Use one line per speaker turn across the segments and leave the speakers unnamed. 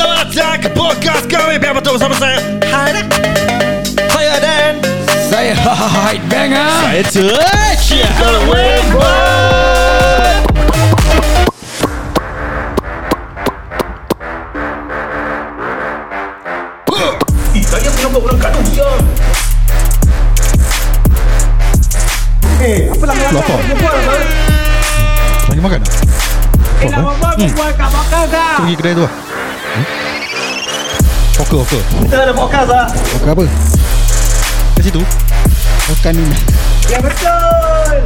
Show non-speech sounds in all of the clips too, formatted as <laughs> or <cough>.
Melek podcast kami Biar betul bersama saya Haida Saya Dan
Saya Hyde
ah.
Banger
Saya Tuch Kalau Wimbo
ya. Eh, Lapar
Lagi makan tak?
Eh nak buat Buat kat ah. bakal dah
Pergi kedai tu lah hmm? Hawker, hawker
Kita ada podcast lah
Makan apa?
Kat situ
Makan ni
Ya betul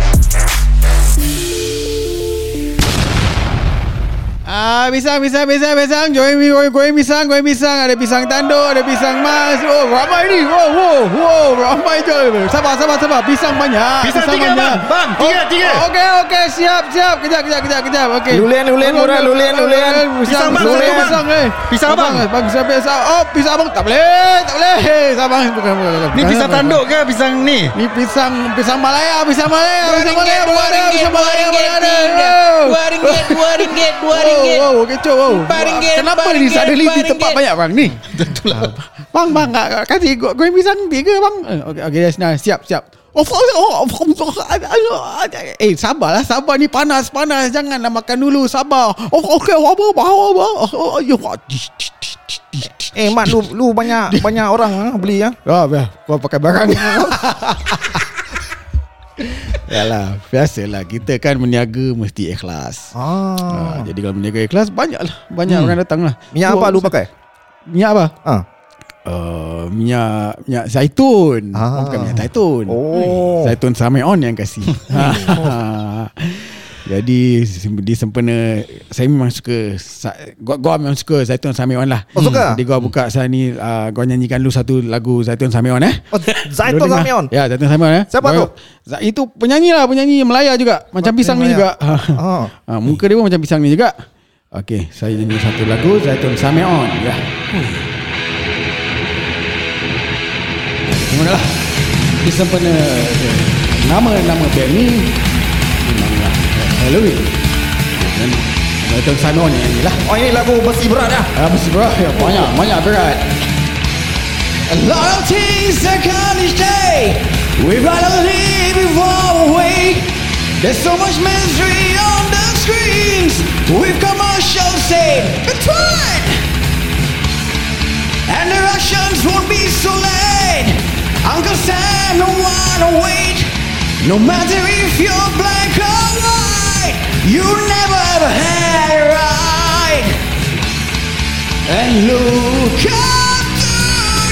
Ah, pisang, pisang, pisang, pisang Join mi, goreng, goreng pisang, goreng pisang Ada pisang tanduk, ada pisang mas Oh, ramai ni Wow, wow, wow Ramai join Sabar, sabar, sabar Pisang banyak Oh,
Pisang tiga, bang. Bang,
Oh.
tiga, tiga.
Okey, okey, siap, siap Kejap, kejap, kejap, kejap okay.
Lulian, lulian, murah, lulian, lulian.
Pisang,
Pisang, bang,
pisang,
lulian.
pisang, pisang, eh.
Pisang abang.
Pisang, pisang Oh, pisang abang Tak boleh, tak boleh Hei, Sabar, bukan, bukan, bukan
Ni
Bukan,
pisang
bukan.
tanduk ke pisang ni?
Ni pisang pisang Malaya, pisang Malaya, pisang Malaya,
ringgit, dua
mana ada,
ringgit,
pisang
dua
Malaya,
ringgit,
Oh. mana ada.
tiga. Dua ringgit, dua ringgit, dua ringgit.
Wow, wow, kecoh wow.
Empat ringgit,
Kenapa
empat
ni
ringgit,
suddenly
empat
di tempat
ringgit.
banyak bang
<laughs>
ni?
lah,
Tentulah. Bang, bang, kak, kak, kasih go- goreng pisang tiga bang. Eh, Okey, okey, dah senang. Siap, siap. Oh, fuck, oh, fuck, fuck, aduh, aduh. Eh, sabarlah, sabar ni panas, panas. Janganlah makan dulu, sabar. Oh, okey, apa, apa, apa. Oh, oh, yo, tish, tish, tish, tish, tish, tish.
Eh Mat lu lu banyak banyak orang ah beli ah.
Ah, biar kau pakai
<laughs>
barang. Yalah, biasalah kita kan meniaga mesti ikhlas.
Ah. Hmm.
Ah, jadi kalau meniaga ikhlas banyaklah, banyak orang datang lah.
Minyak
Tu
apa lu
saya-
pakai?
Minyak apa?
Ah.
Uh, minyak minyak zaitun.
Ah.
Ah. Bukan minyak zaitun.
Oh.
Zaitun Sameon yang
<laughs>
kasih. <laughs> Jadi sem- di sempena saya memang suka sa- gua, gua memang suka Zaitun Sameon lah.
Oh, suka?
Jadi gua buka saya ni uh, gua nyanyikan lu satu lagu Zaitun Sameon eh.
Oh, Zaitun
Dulu dengar.
lah.
Sameon.
Ya Zaitun Sameon eh.
Siapa tu?
Gua- Za- Itu penyanyi lah Penyanyi Melaya juga Macam
Penyanyi
pisang ni
Melayu.
juga
Ah.
ha, <laughs> Muka dia pun macam pisang ni juga Okay Saya nyanyi satu lagu Zaitun Sameon Ya Kemudian lah Di sempena eh, Nama-nama band ni Memanglah eh, Halloween Dan Zaitun Sameon yang nyanyi lah
Oh ini lagu besi berat ah.
Ah, mesti berat ya, banyak, banyak berat. A lot of things that come each day. We rather leave it far away. There's so much misery on the screens. We've come our show say between. And the Russians won't be so late. Uncle Sam don't wanna wait. No matter if you're black or white, you never ever had it right. And look up to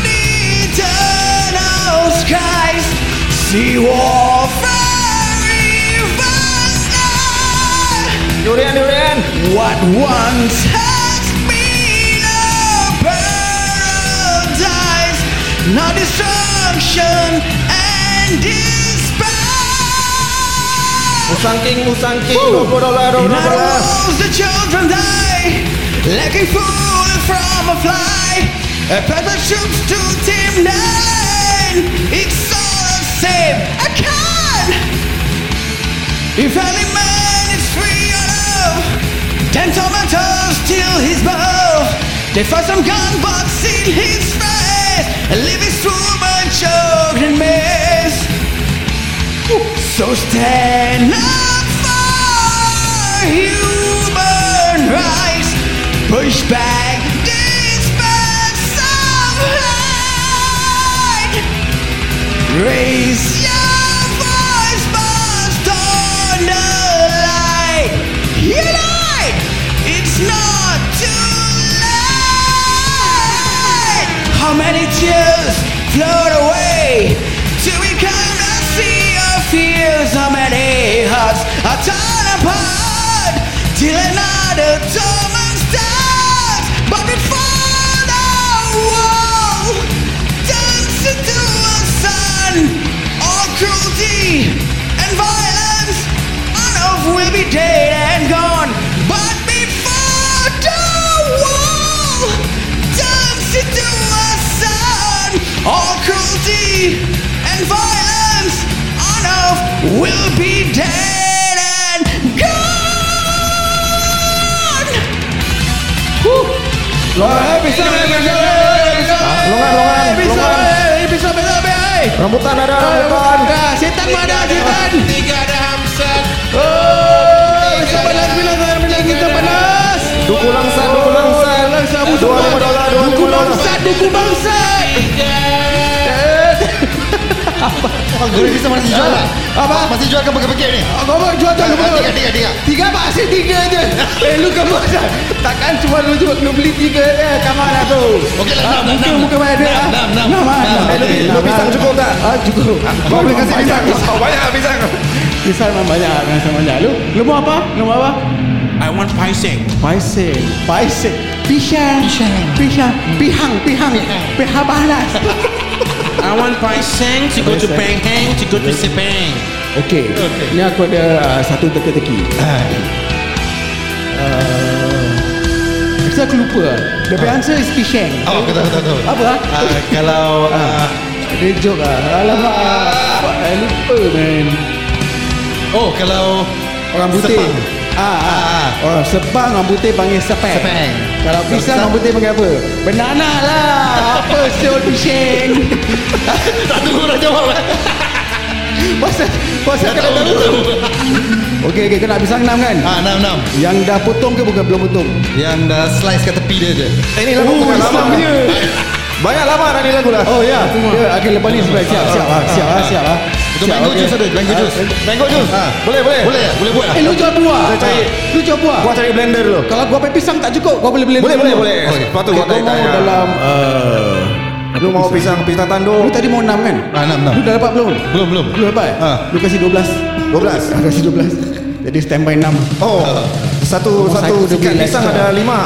the eternal skies See warfare even
Durian durian.
now What once has been a paradise Now destruction and despair
Usang king usang king. Dua dolar dua
In other
dolar.
worlds, the children die like a fool from a fly. A paper shoots to team nine. It's all the same. I can. If any man is free or love, then tomato steal his bow. They find some gun, but seal his face. And leave his woman choked in mess. So stand up for human rights. Push back this mass of hate. Raise your voice, must on the light. Unite! It's not too late. How many tears float away till we come to see your fears? How many hearts are torn apart till another torment starts? But before the wall turns into a sun, all cruelty and violence on earth will be dead and gone. But before the wall turns into a sun, all cruelty and violence on earth will be dead and gone. Whew.
Habis habis Rambutan ada rambutan.
Ah, setan mana kan? setan?
Tiga ada Hamzat
Oh, bisa panas bila saya bilang kita panas.
Duku langsan, duku langsan.
Sabu
Dua ribu
semua.
dolar, dua
Duku
ribu dolar.
bangsa, duku bangsa.
Tiga
Abang goreng pisang masih jual tak?
Apa?
Masih jual ke pakai-pakai ni?
Kau mau jual tak?
Ah, Tiga, tiga, tiga
Tiga pak, asyik tiga je. Eh, lu kamu asal. Takkan cuma lu cuma kena beli tiga je. Kamu nak tu.
Okey lah, enam, enam,
Mungkin
enam.
mungkin banyak duit ah.
Enam, enam,
Enam, ah, enam.
Eh, lu, lu pisang cukup tak?
Ah, cukup.
Kau boleh kasih pisang. Banyak pisang.
Pisang memang banyak, pisang banyak. Lu, lu mau apa? Lu mau apa?
I want pricing.
Paiseh, paiseh, pisang, pisang, pihang, pihang, pihang panas.
I want pricing to go to Penang to go to Sepang.
Okey, ni aku ada uh, satu teka-teki. Uh, saya aku lupa. The uh. answer is pisang.
Oh, aku tahu, tahu, tahu
Apa?
Ah,
Uh,
Kalau ah,
Ada joke lah. Alamak. Uh. Lupa, man.
Oh, kalau
Orang putih.
Sepang.
Ah, ah, ah. Orang Sepang, orang putih panggil sepang.
Sepang.
Kalau pisang, orang putih panggil apa? Banana lah. apa siul pisang?
Tak tunggu orang jawab lah
Pasal Pasal kena tahu Okey okey kau nak pisang enam kan?
Ah, enam, enam
Yang dah potong ke bukan belum potong?
Yang dah slice kat tepi dia je
Eh, ni lagu bukan lama. Banyak lama dah ni lagu lah.
Oh ya. Ya, okey lepas ni sebelah siap siap ah, siap ah, siap ah.
Itu
Siap,
mango
okey.
juice ada, Ah, mango juice Ah,
Mango juice. Boleh, boleh.
Boleh tak? Boleh buat tak?
Eh lu jual buah.
Saya cari.
Lu jual buah.
Gua cari blender dulu.
Kalau gua pakai pisang tak cukup, gua boleh beli.
Boleh,
dulu.
boleh, boleh.
Okey.
Lepas tu
Okey,
gua
kau
tarik
mau
tangan.
dalam eh,
Lu mau pisang, pisang
Lu
tanduk.
tadi mau enam kan?
Ah, enam, enam
Lu dah dapat belum?
Belum, belum
Lu dapat?
Ah.
Lu kasih 12.
12.
Aku kasih 12. Jadi standby Ah. 6.
Oh, satu
Rumah
satu
saya tu
sikat
beli
pisang
extra.
ada lima.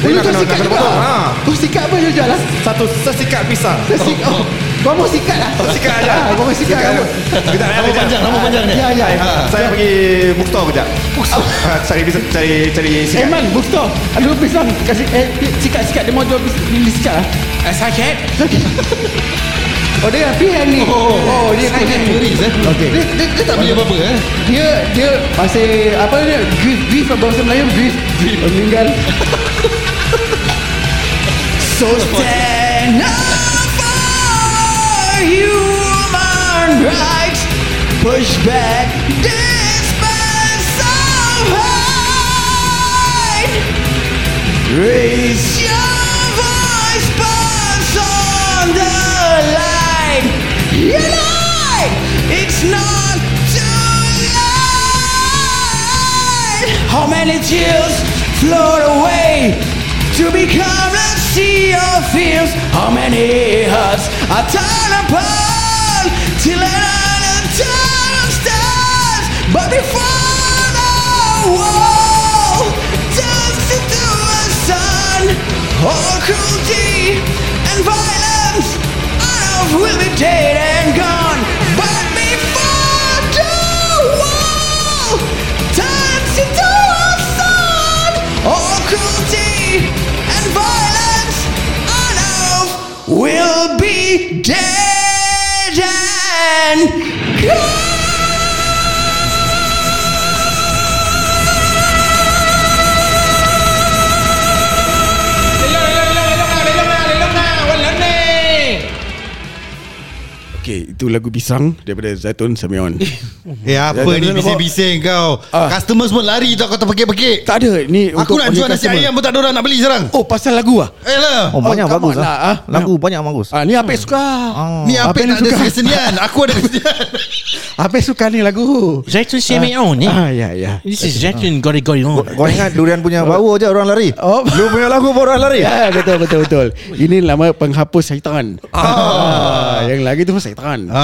Oh,
Dia
lu
nak
kau
kena-
sikat
kena
juga?
potong. Ha.
Kau sikat apa lu jual lah?
Satu sesikat pisang.
Sik- oh, Kau mau sikat lah
Sikat aja.
Ah, Kau mau sikat
Sikat
apa?
aja. Kejap, eh,
Nama
kejap.
panjang, nama panjang dia
Ya ya ya
Ah, Saya pergi bookstore kejap. Ah, Cari pisang, cari cari
Eh
sikat.
man bookstore Aduh pisang Kasih eh Sikat-sikat Dia mau jual pisang Dia sikat lah
Eh,
Sakit Oh dia pihang ni
Oh,
Oh dia pihang ni
Turis eh
Okay
Dia, dia, dia tak beli apa-apa eh
Dia Dia Masih Apa dia Grief Grief apa bahasa Melayu Grief Grief Meninggal So stand up for human rights Push back dispense of hate Raise your voice, pass on the line Unite, it's not too late How many tears float away to become a sea of fears How many hearts are torn apart till another time starts But before the war turns into a sun All cruelty and violence are of will be dead and gone But before the war turns into a sun All cruelty and violence are of will be dead and gone Okay, itu lagu pisang daripada Zaitun Samion.
Eh apa ni bising-bising kau
Ah.
Customer semua lari tau kau terpekik-pekik
tak ada, ni
Aku
untuk
nak
bagi
jual nasi
customer.
ayam pun tak ada orang nak beli sekarang
Oh, pasal lagu ah?
Eh lah
Oh, banyak
Oh, come
bagus
on
lah.
lah, ah.
Lagu banyak bagus.
Ah, ni apa
Hmm.
suka?
Ni apa
yang
tak ada kesenian Aku ada kesenian
Apa suka ni lagu?
Zaitun Simeon eh.
Ah, ya, ya.
This is Zaitun Gori Gori
Kau ingat durian punya
<laughs>
bau je orang lari.
<laughs> Oh.
Lu punya lagu baru orang lari.
Ya, betul, betul, betul. Ini nama penghapus syaitan. Ah, yang lagi tu pun syaitan. Ah,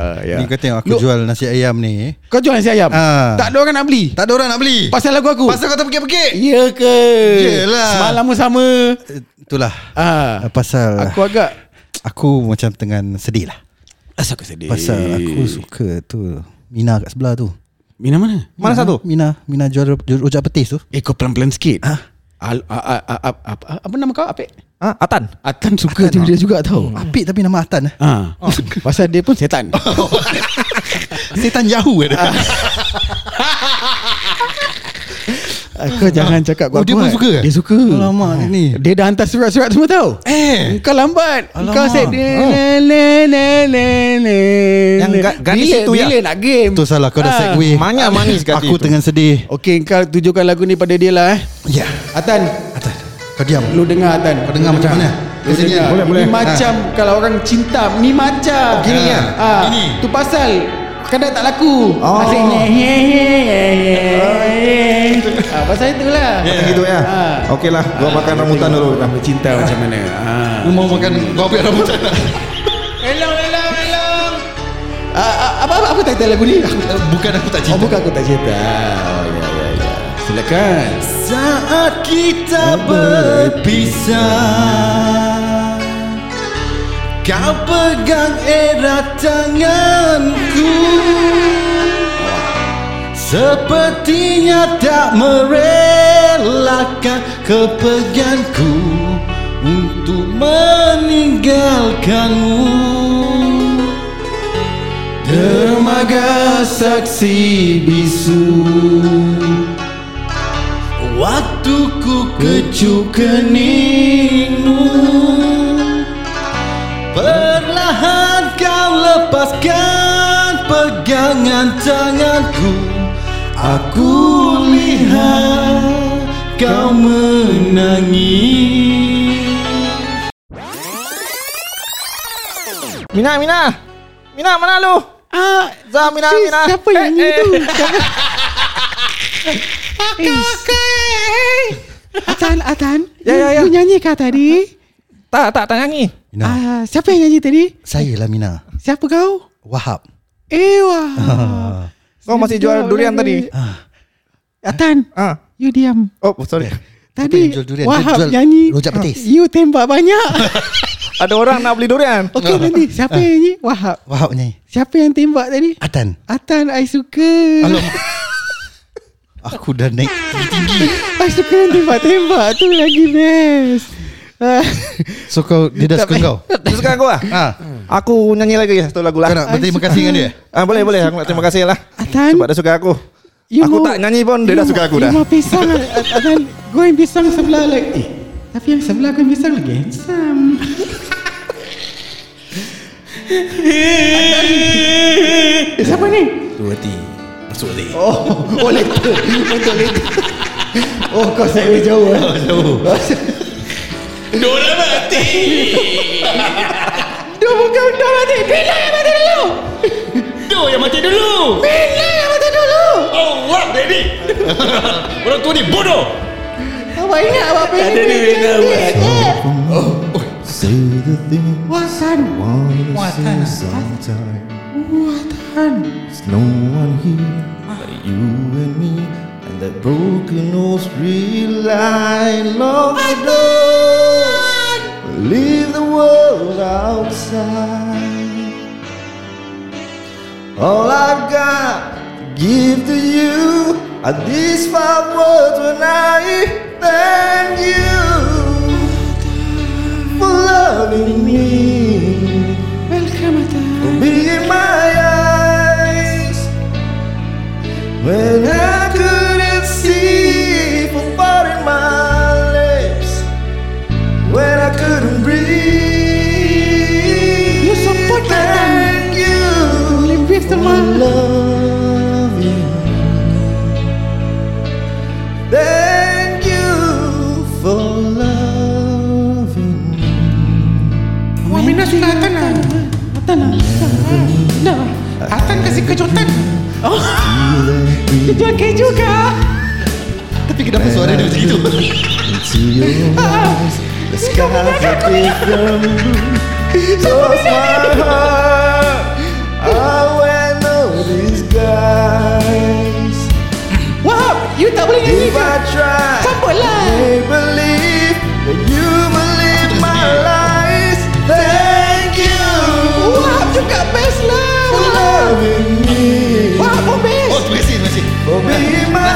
Ah,
ya.
Ni kau tengok aku
Lu-
jual nasi ayam ni
Kau jual nasi ayam?
Ah.
Tak ada orang nak beli?
Tak ada orang nak beli
Pasal lagu aku?
Pasal kau
<laughs>
terpekik-pekik
Ya ke?
Yelah.
Semalam pun sama.
Eh, Itulah Ah,
Ah,
Pasal aku,
aku agak
aku macam tengah sedih lah
Asal aku sedih
Pasal aku suka tu Mina kat sebelah tu
Mina mana?
Mana satu?
Mina Mina jual, jual rujak petis tu
Eh kau pelan-pelan sikit ah. Al, a, a, a, a, a, a, apa nama kau Apik?
Ha,
Ah,
Atan.
Atan suka tu dia juga tau hmm.
Apik tapi nama Atan eh
Ah. <laughs> Pasal dia pun
<laughs>
setan
Setan Yahoo eh dia.
Kau jangan cakap
Oh,
kuat-kuat
dia pun suka eh?
Dia suka
Alamak,
Ah.
dia ni.
Dia dah hantar surat-surat semua tau
Eh.
Kau lambat
Alamak.
Kau set
Oh.
Yang
Yang ga- gadis
bila,
tu, ya?
Bila nak game
Itu salah kau dah
Ah.
segue
Banyak manis kat dia
Aku
tu.
tengah sedih
Okey kau tujukan lagu ni pada dia lah eh
Ya
Atan
Atan Kau diam
Lu dengar Atan
Kau dengar macam mana
Lu
Sini
dengar.
lah.
Ni macam Kalau orang cinta Ni
Oh,
macam
gini ya?
Ah,
Gini.
Tu pasal Kadang tak laku
Oh.
Asyik ye ye ye ye
<laughs>
ye Ah, Pasal itulah
Macam gitu ya
Ah.
Ha.
Okey lah Gua makan rambutan dulu
ya.
kita.
Bercinta macam mana ah.
Lu mau makan Gua ambil
<laughs>
rambutan
Elong, elong, elong.
Ah, ah, Apa apa, apa title lagu ni Aku tak-
Bukan aku tak
Oh bukan aku tak cinta Ah, ya, ya, ya. Silakan
Saat kita berpisah Kau pegang erat tanganku Sepertinya tak merelakan kepergianku Untuk meninggalkanmu
Dermaga saksi bisu
Waktu ku kecu keningmu Perlahan kau lepaskan pegangan tanganku Aku lihat kau menangis
Mina Mina Mina mana lu
Ah,
Zah Mina
Sis,
Mina
siapa yang nyanyi tu? Siapa? Kakak Atan, Atan
Ya, ya, ya.
You nyanyi kah tadi?
Tak tak tak nyanyi
Mina
Ah, siapa yang nyanyi tadi?
Saya lah Mina
Siapa kau?
Wahab <laughs>
Ewa
Kau masih jual
Sedap
durian
lagu
tadi
ni. Atan
Ah.
You diam
Oh sorry
Tadi
yang jual durian? Dia
Wahab
jual
nyanyi Ah,
rujak petis.
You tembak banyak
<laughs>
<laughs>
Ada orang nak beli durian
Okay
<laughs>
nanti Siapa yang nyanyi? Wahab
Wahab ni
Siapa yang tembak tadi?
Atan
Atan, I suka
<laughs> Aku dah naik
<laughs> I suka yang tembak-tembak tu lagi best. <laughs> Ah,
So kau Dia dah suka kau
Dia suka aku lah
Ah.
Aku nyanyi lagi satu lagu
Kau
lah
nak berterima kasih dengan <laughs> dia
ah, Boleh boleh Aku nak terima kasih lah
Atan,
Sebab dia suka aku
you
Aku
mau-
tak nyanyi pun Dia
you
dah suka
mau-
aku dah
you mau pisang At- Atan, go yang pisang sebelah like eh. Tapi yang sebelah kau yang pisang lagi handsome. Atan, Siapa ni? Tuati. Masuk Oh, oh later. Untuk later. Oh, kau saya jauh. eh.
Dora mati.
Dia bukan dah mati. Bila yang mati dulu?
Do yang mati dulu.
Bila yang mati dulu?
Oh, what baby. Orang tua ni bodoh.
Awak ingat awak pengen Ada
ni winner, Wan.
Watan Watan Watan
No one here but you and me And that broken old street light long ago Leave the world outside All I've got to give to you Are these five words when I thank you For loving me
Welcome Watan
be in my eyes when I couldn't see for parting my lips when I couldn't breathe.
You support me, Adam.
Thank you.
Boleh brief tu, Ma.
I love you. Thank you for loving me.
Wah Mina suka Atan lah Atan lah Dah Atan kasih kejutan <laughs> Oh Dia jual keju kah?
Tapi kenapa suara dia macam itu
To your eyes, the skies are different blue. Close my heart. I wear no disguise.
Wahab You tak boleh nyanyi
If
ke?
I try,
Sambut lah
they believe that you believe my lies. Thank you
Wahab juga best lah
for loving me,
Wahab pun best
Oh terima kasih terima kasih
for being my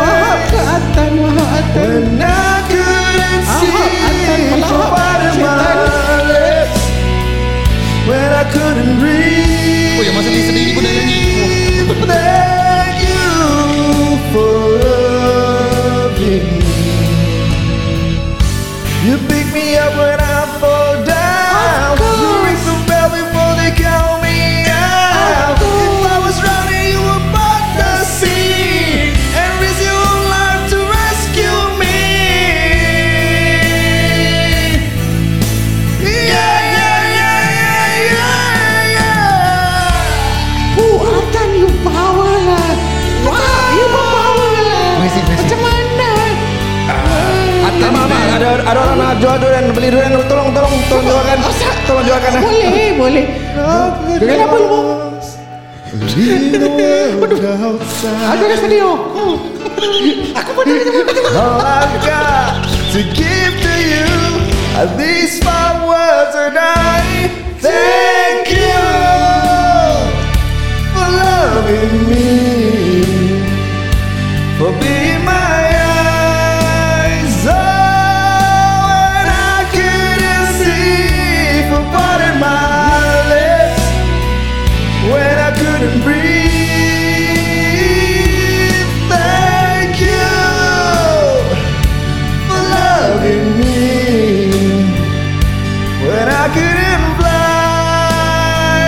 Wahab ke Atan Wahab Atan
When I couldn't
Ahok, Atan
see
Melahap,
for part of my
Syaitan.
lips When I couldn't breathe
Oh yang masa ni sendiri pun dah nyanyi
Thank you for
Oh, lah.
Nasib nasib
Macam mana?
Mak, mak, ada ada orang nak jual durian, beli durian. Tolong, tolong, tolong jualkan. Tolong jualkan. ah.
Boleh, boleh. Kenapa lu mau?
Leave the world outside
Aduh, dah sedih. oh. Hmm. Aku pun tak
All I've got to give to you Are these my words and I Thank you For loving me For being my eyes Oh, and I couldn't see For parting my lips When I couldn't breathe Thank you for loving me when I couldn't fly.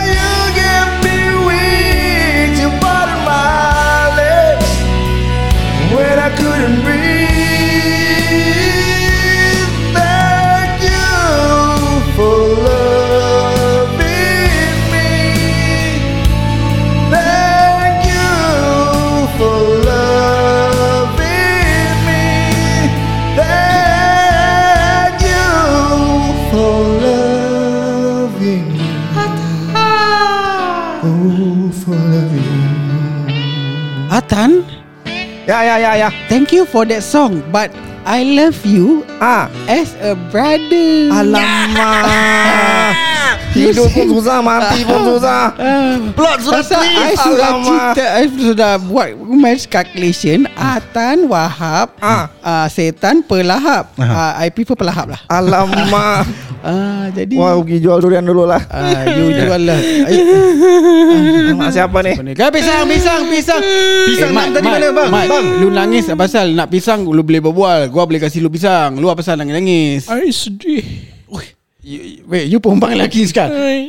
Oh, you give me wings, you parted my lips when I couldn't breathe. Thank you for loving me. Thank you for loving me. Thank you for loving me. Oh, for loving me.
Atan,
Ya, ya, ya, ya.
thank you for that song, but I love you
Ah,
as a brother.
alamak. Hidup pun
<laughs>
susah, mati pun susah.
Plot sudah I sudah
Alamak.
cerita I sudah buat Math calculation Atan Wahab
Hmm. Ah.
ah, Setan Pelahap Ah, I prefer pelahap lah
Alamak.
Ah, Jadi
Wah, pergi jual durian dulu lah. <laughs>
ah, You jual lah Ay,
Alamak, siapa ni?
apa ni?
Lah,
Kan pisang Pisang Pisang Pisang
Eh, Mat,
tadi mana, bang?
Mat,
Bang.
Lu nangis apa pasal nak pisang Lu boleh berbual Gua boleh kasih lu pisang Lu apa pasal nangis-nangis
I sedih
You- Wait you perempuan lelaki
<laughs>
sekarang
I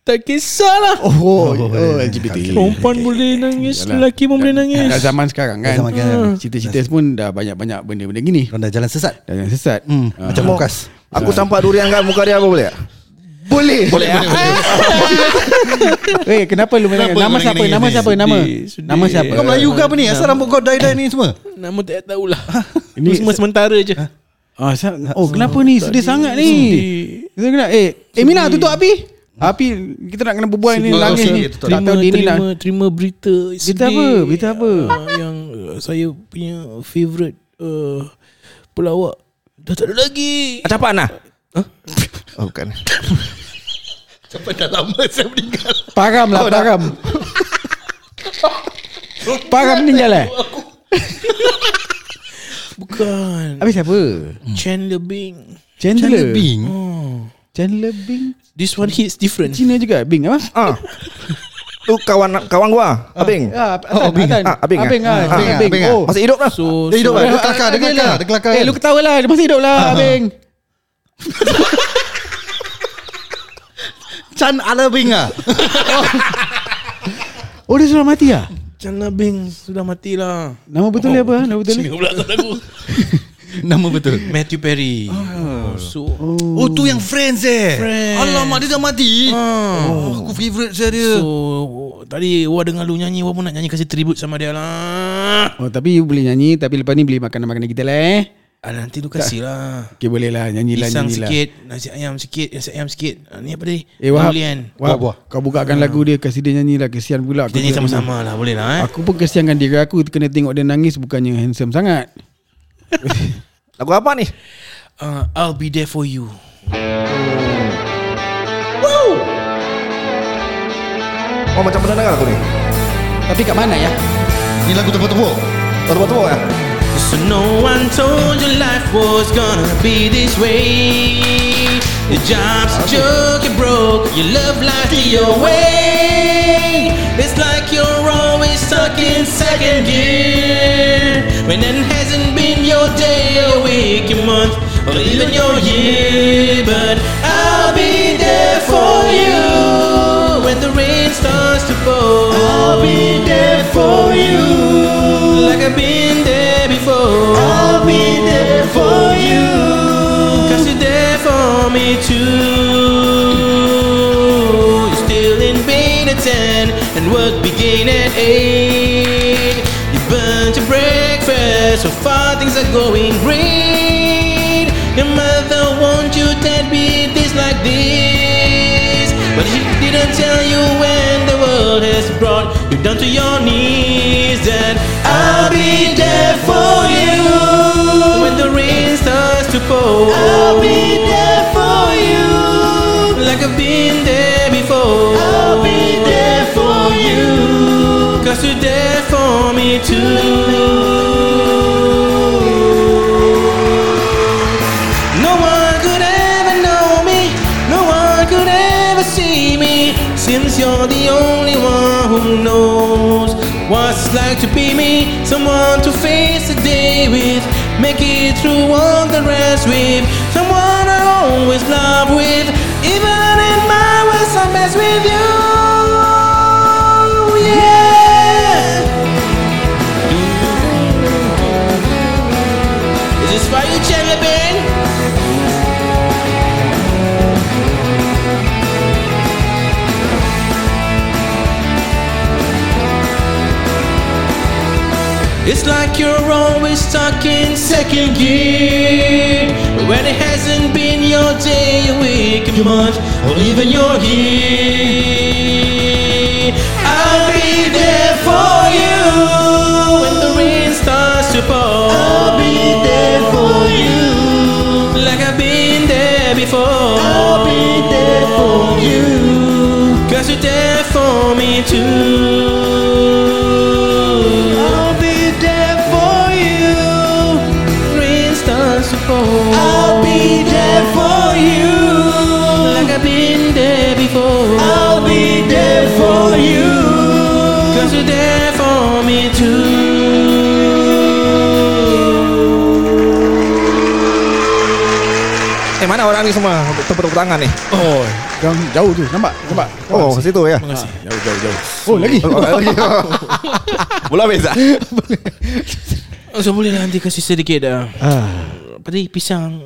tak kisahlah
Oh, oh, oh LGBT
Perempuan boleh nangis Lelaki pun boleh nangis
Dah zaman sekarang kan
Zaman sekarang.
Ah. Cerita-cerita pun dah banyak-banyak benda-benda gini
Orang dah jalan sesat
Dah yang sesat
hmm,
Ah.
Macam Lukas
Aku tampak durian kat muka dia apa boleh? tak?
<laughs> Boleh Boleh, boleh, Weh kenapa lu main
Kenapa
Nama
kau
siapa
nangis?
Nama siapa Nama
Sedih, sedih.
Nama siapa
Kau Melayu ke apa ni? Asal rambut kau dye-dye ni semua?
Nama tak tahulah
Ini-
Ini semua sementara je
Ah, sa- oh kenapa ni Sedih sangat ni Kita kena Eh, eh Mina tutup api Api Kita nak kena berbual ni
Sedih.
Nangis ni Tak
Terima,
tahu dia ni
terima,
nak
terima berita
Berita apa? Berita apa?
Ah, Yang uh, saya punya favourite uh, Pelawak Dah tak ada lagi
Acapan lah.
Oh, bukan.
Sampai dah lama saya meninggal
Param lah <laughs> Param Param meninggal eh
Bukan
Habis siapa
Chandler Bing
Chandler Bing
Bing.
Chandler Bing
This one hits different
Cina juga Bing apa
Ah.
<laughs>
Tu kawan kawan gua, Abing.
Ah, Atan, Atan.
Ah, Abing, ah.
Abing ah,
Ah,
Abing, Abing.
Abing, ah.
Oh.
Masih hidup lah.
So,
Dia hidup lah. Dia kelakar, dia
Abing
kelakar,
lah.
dia kelakar.
Eh,
kan?
lu ketawa lah. Dia masih hidup lah, Abing.
Chan Alabing ah.
Oh, dia sudah mati ah?
Chandler Bing sudah mati lah
Nama betul dia apa? ah? Nama betul dia?
Ni pula tak tahu
<laughs> Nama betul.
Matthew Perry Ah, So
Oh tu yang friends eh
Friends.
Alamak dia dah mati
Ah.
oh, Aku favourite saya dia
Ah. So Tadi Wah dengar lu nyanyi Wah pun nak nyanyi Kasih tribute sama dia lah
Oh, tapi you boleh nyanyi. Tapi lepas ni beli makanan-makanan kita lah eh.
ah, Nanti lu kasih lah
Okay, boleh lah. Nyanyi lah,
Pisang
nyanyi lah.
sikit Nasi ayam sikit Nasi ayam sikit ah, Ni apa tadi
Eh, Wahab.
Durian
Wahab, kau bukakan lagu dia. Kasih dia nyanyi lah. Kesian pula.
Kita
Aku
nyanyi
juga
sama-sama lah Boleh lah
tengok.
eh
Aku pun kesiankan diri aku Kena tengok dia nangis Bukannya handsome sangat
Lagu apa ni?
uh, I'll be there for you
Oh macam pernah dengar aku ni.
Tapi kat mana ya?
Ni lagu tepuk-tepuk.
Betul-betul ya.
kan?
So no one told you life was gonna be this way Your job's a joke, you're broke Your love life to your way It's like you're always stuck in second gear When it hasn't been your day, your week, your month Or even your year But I'll be there for you When the rain starts to pour I'll be there for you Like I've been there before I'll be there for you Cause you're there for me too You're still in pain at 10 And work begin at 8 You better. So far things are going great. Your mother warned you that be this like this, but she didn't tell you when the world has brought you down to your knees. And I'll be there for you when the rain starts to pour. I'll be there for you like I've been there before. I'll be there for you, cause you're there for me too. No one could ever know me, no one could ever see me, since you're the only one who knows what's it's like to be me, someone to face the day with, make it through all the rest with, someone I always love with, even in my worst I mess with you. Yeah. Is this for you, Jelly Bean? It's like you're always stuck in second gear When it hasn't been your day, your week, your month Or even your year I'll be there for you When the rain starts to pour I'll be there for you Like I've been there before I'll be there for you Cause you're there for me too I'll be there for you. Rain starts to fall. I'll be there for you. Like I've been there before. I'll be there for you. Cause you're there for me too.
Eh mana orang ni semua tepuk-tepuk tangan ni?
Oh, yang jauh tu. Nampak? Nampak?
Oh, situ <laughs> ya.
Jauh, jauh, jauh. Oh, lagi.
Bola beza.
Oh, So boleh lah nanti kasih sedikit dah.
Ah.
Peti pisang,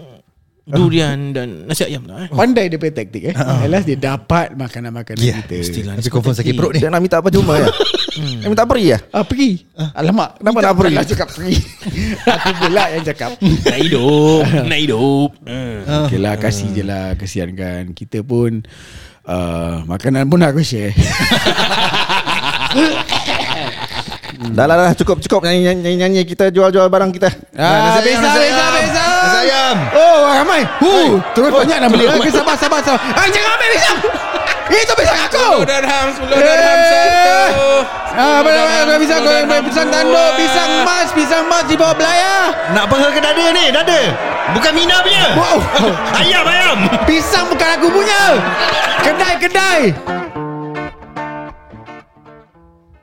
durian dan nasi ayam lah eh.
Oh,
Pandai dia punya taktik eh. Alas dia dapat makanan-makanan
Ya,
kita.
Mestilah.
Tapi confirm sakit perut ni
Dia nak minta apa cuma <laughs> ya? Dia minta peri ya?
Ah, pergi. Alamak,
Kenapa
kita
nak pergi?
bukanlah cakap
<laughs>
pergi. Aku pula
ya.
yang cakap.
Nak
<laughs>
hidup, nak hidup. Hmm.
Okay lah, kasih je lah. Kasihan kan. Kita pun, uh, makanan pun aku share.
Dah lah dah cukup cukup nyanyi nyanyi, nyanyi, nyanyi. kita jual-jual barang kita.
Ah, beza, beza, beza.
Ah.
Nasi ayam
<laughs> Oh, ramai. Huh, terus banyak nak beli.
terus
Okay,
banyak.
sabar, sabar, sabar. Ah, jangan ambil pisang. <laughs> Itu pisang aku.
dirham, 10
Eh. Ah, apa nama pisang goreng, pisang tanduk, pisang mas, pisang mas di bawah ya. belayar.
Nak paha ke dada ni Dada Bukan Mina punya
Wow.
<laughs> Ayam ayam
<laughs> Pisang bukan aku punya Kedai-kedai